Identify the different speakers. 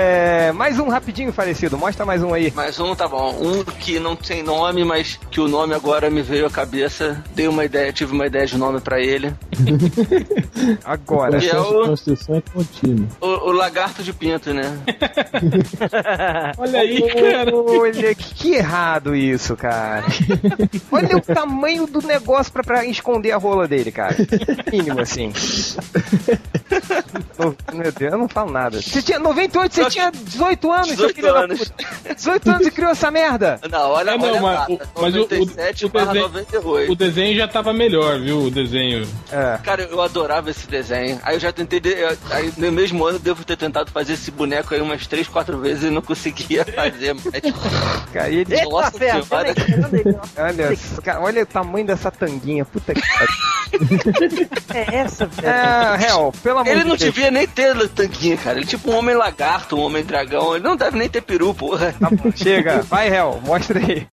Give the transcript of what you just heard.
Speaker 1: É, mais um rapidinho, falecido. Mostra mais um aí.
Speaker 2: Mais um, tá bom. Um que não tem nome, mas que o nome agora me veio à cabeça. Dei uma ideia, tive uma ideia de nome pra ele.
Speaker 1: Agora.
Speaker 2: E é
Speaker 3: Processo de
Speaker 2: o,
Speaker 3: construção é contínuo.
Speaker 2: o, o lagarto de pinto, né?
Speaker 4: Olha aí, cara.
Speaker 1: Olha, que, que errado isso, cara. Olha o tamanho do negócio pra, pra esconder a rola dele, cara. Mínimo, assim. No- Meu Deus, eu não falo nada. Você tinha 98, você tinha 18 anos, seu
Speaker 2: 18
Speaker 1: filho da
Speaker 2: anos.
Speaker 1: puta. 18 anos e criou essa merda.
Speaker 2: Não, olha,
Speaker 4: Ah, não,
Speaker 2: olha
Speaker 4: mas
Speaker 2: a
Speaker 4: o-
Speaker 2: data.
Speaker 4: mas o- o-
Speaker 2: 97
Speaker 4: o desenho-
Speaker 2: 98.
Speaker 4: O desenho já tava melhor, viu? O desenho.
Speaker 1: É.
Speaker 2: Cara, eu adorava esse desenho. Aí eu já tentei. de- eu- Aí no mesmo ano eu devo ter tentado fazer esse boneco aí umas 3, 4 vezes e não conseguia fazer. Mas...
Speaker 1: Cara, e ele-
Speaker 2: Eita, Nossa
Speaker 4: tá
Speaker 5: ferro,
Speaker 2: senhora.
Speaker 5: peraí, peraí, peraí.
Speaker 1: olha, cara, olha o tamanho dessa tanguinha. Puta que pariu.
Speaker 5: É essa, velho.
Speaker 1: É, réu, pelo amor
Speaker 2: Ele
Speaker 1: de
Speaker 2: não
Speaker 1: Deus.
Speaker 2: devia nem ter tanquinho, cara. Ele é tipo um homem lagarto, um homem dragão. Ele não deve nem ter peru, porra.
Speaker 1: Tá bom, chega, vai, réu, mostra aí.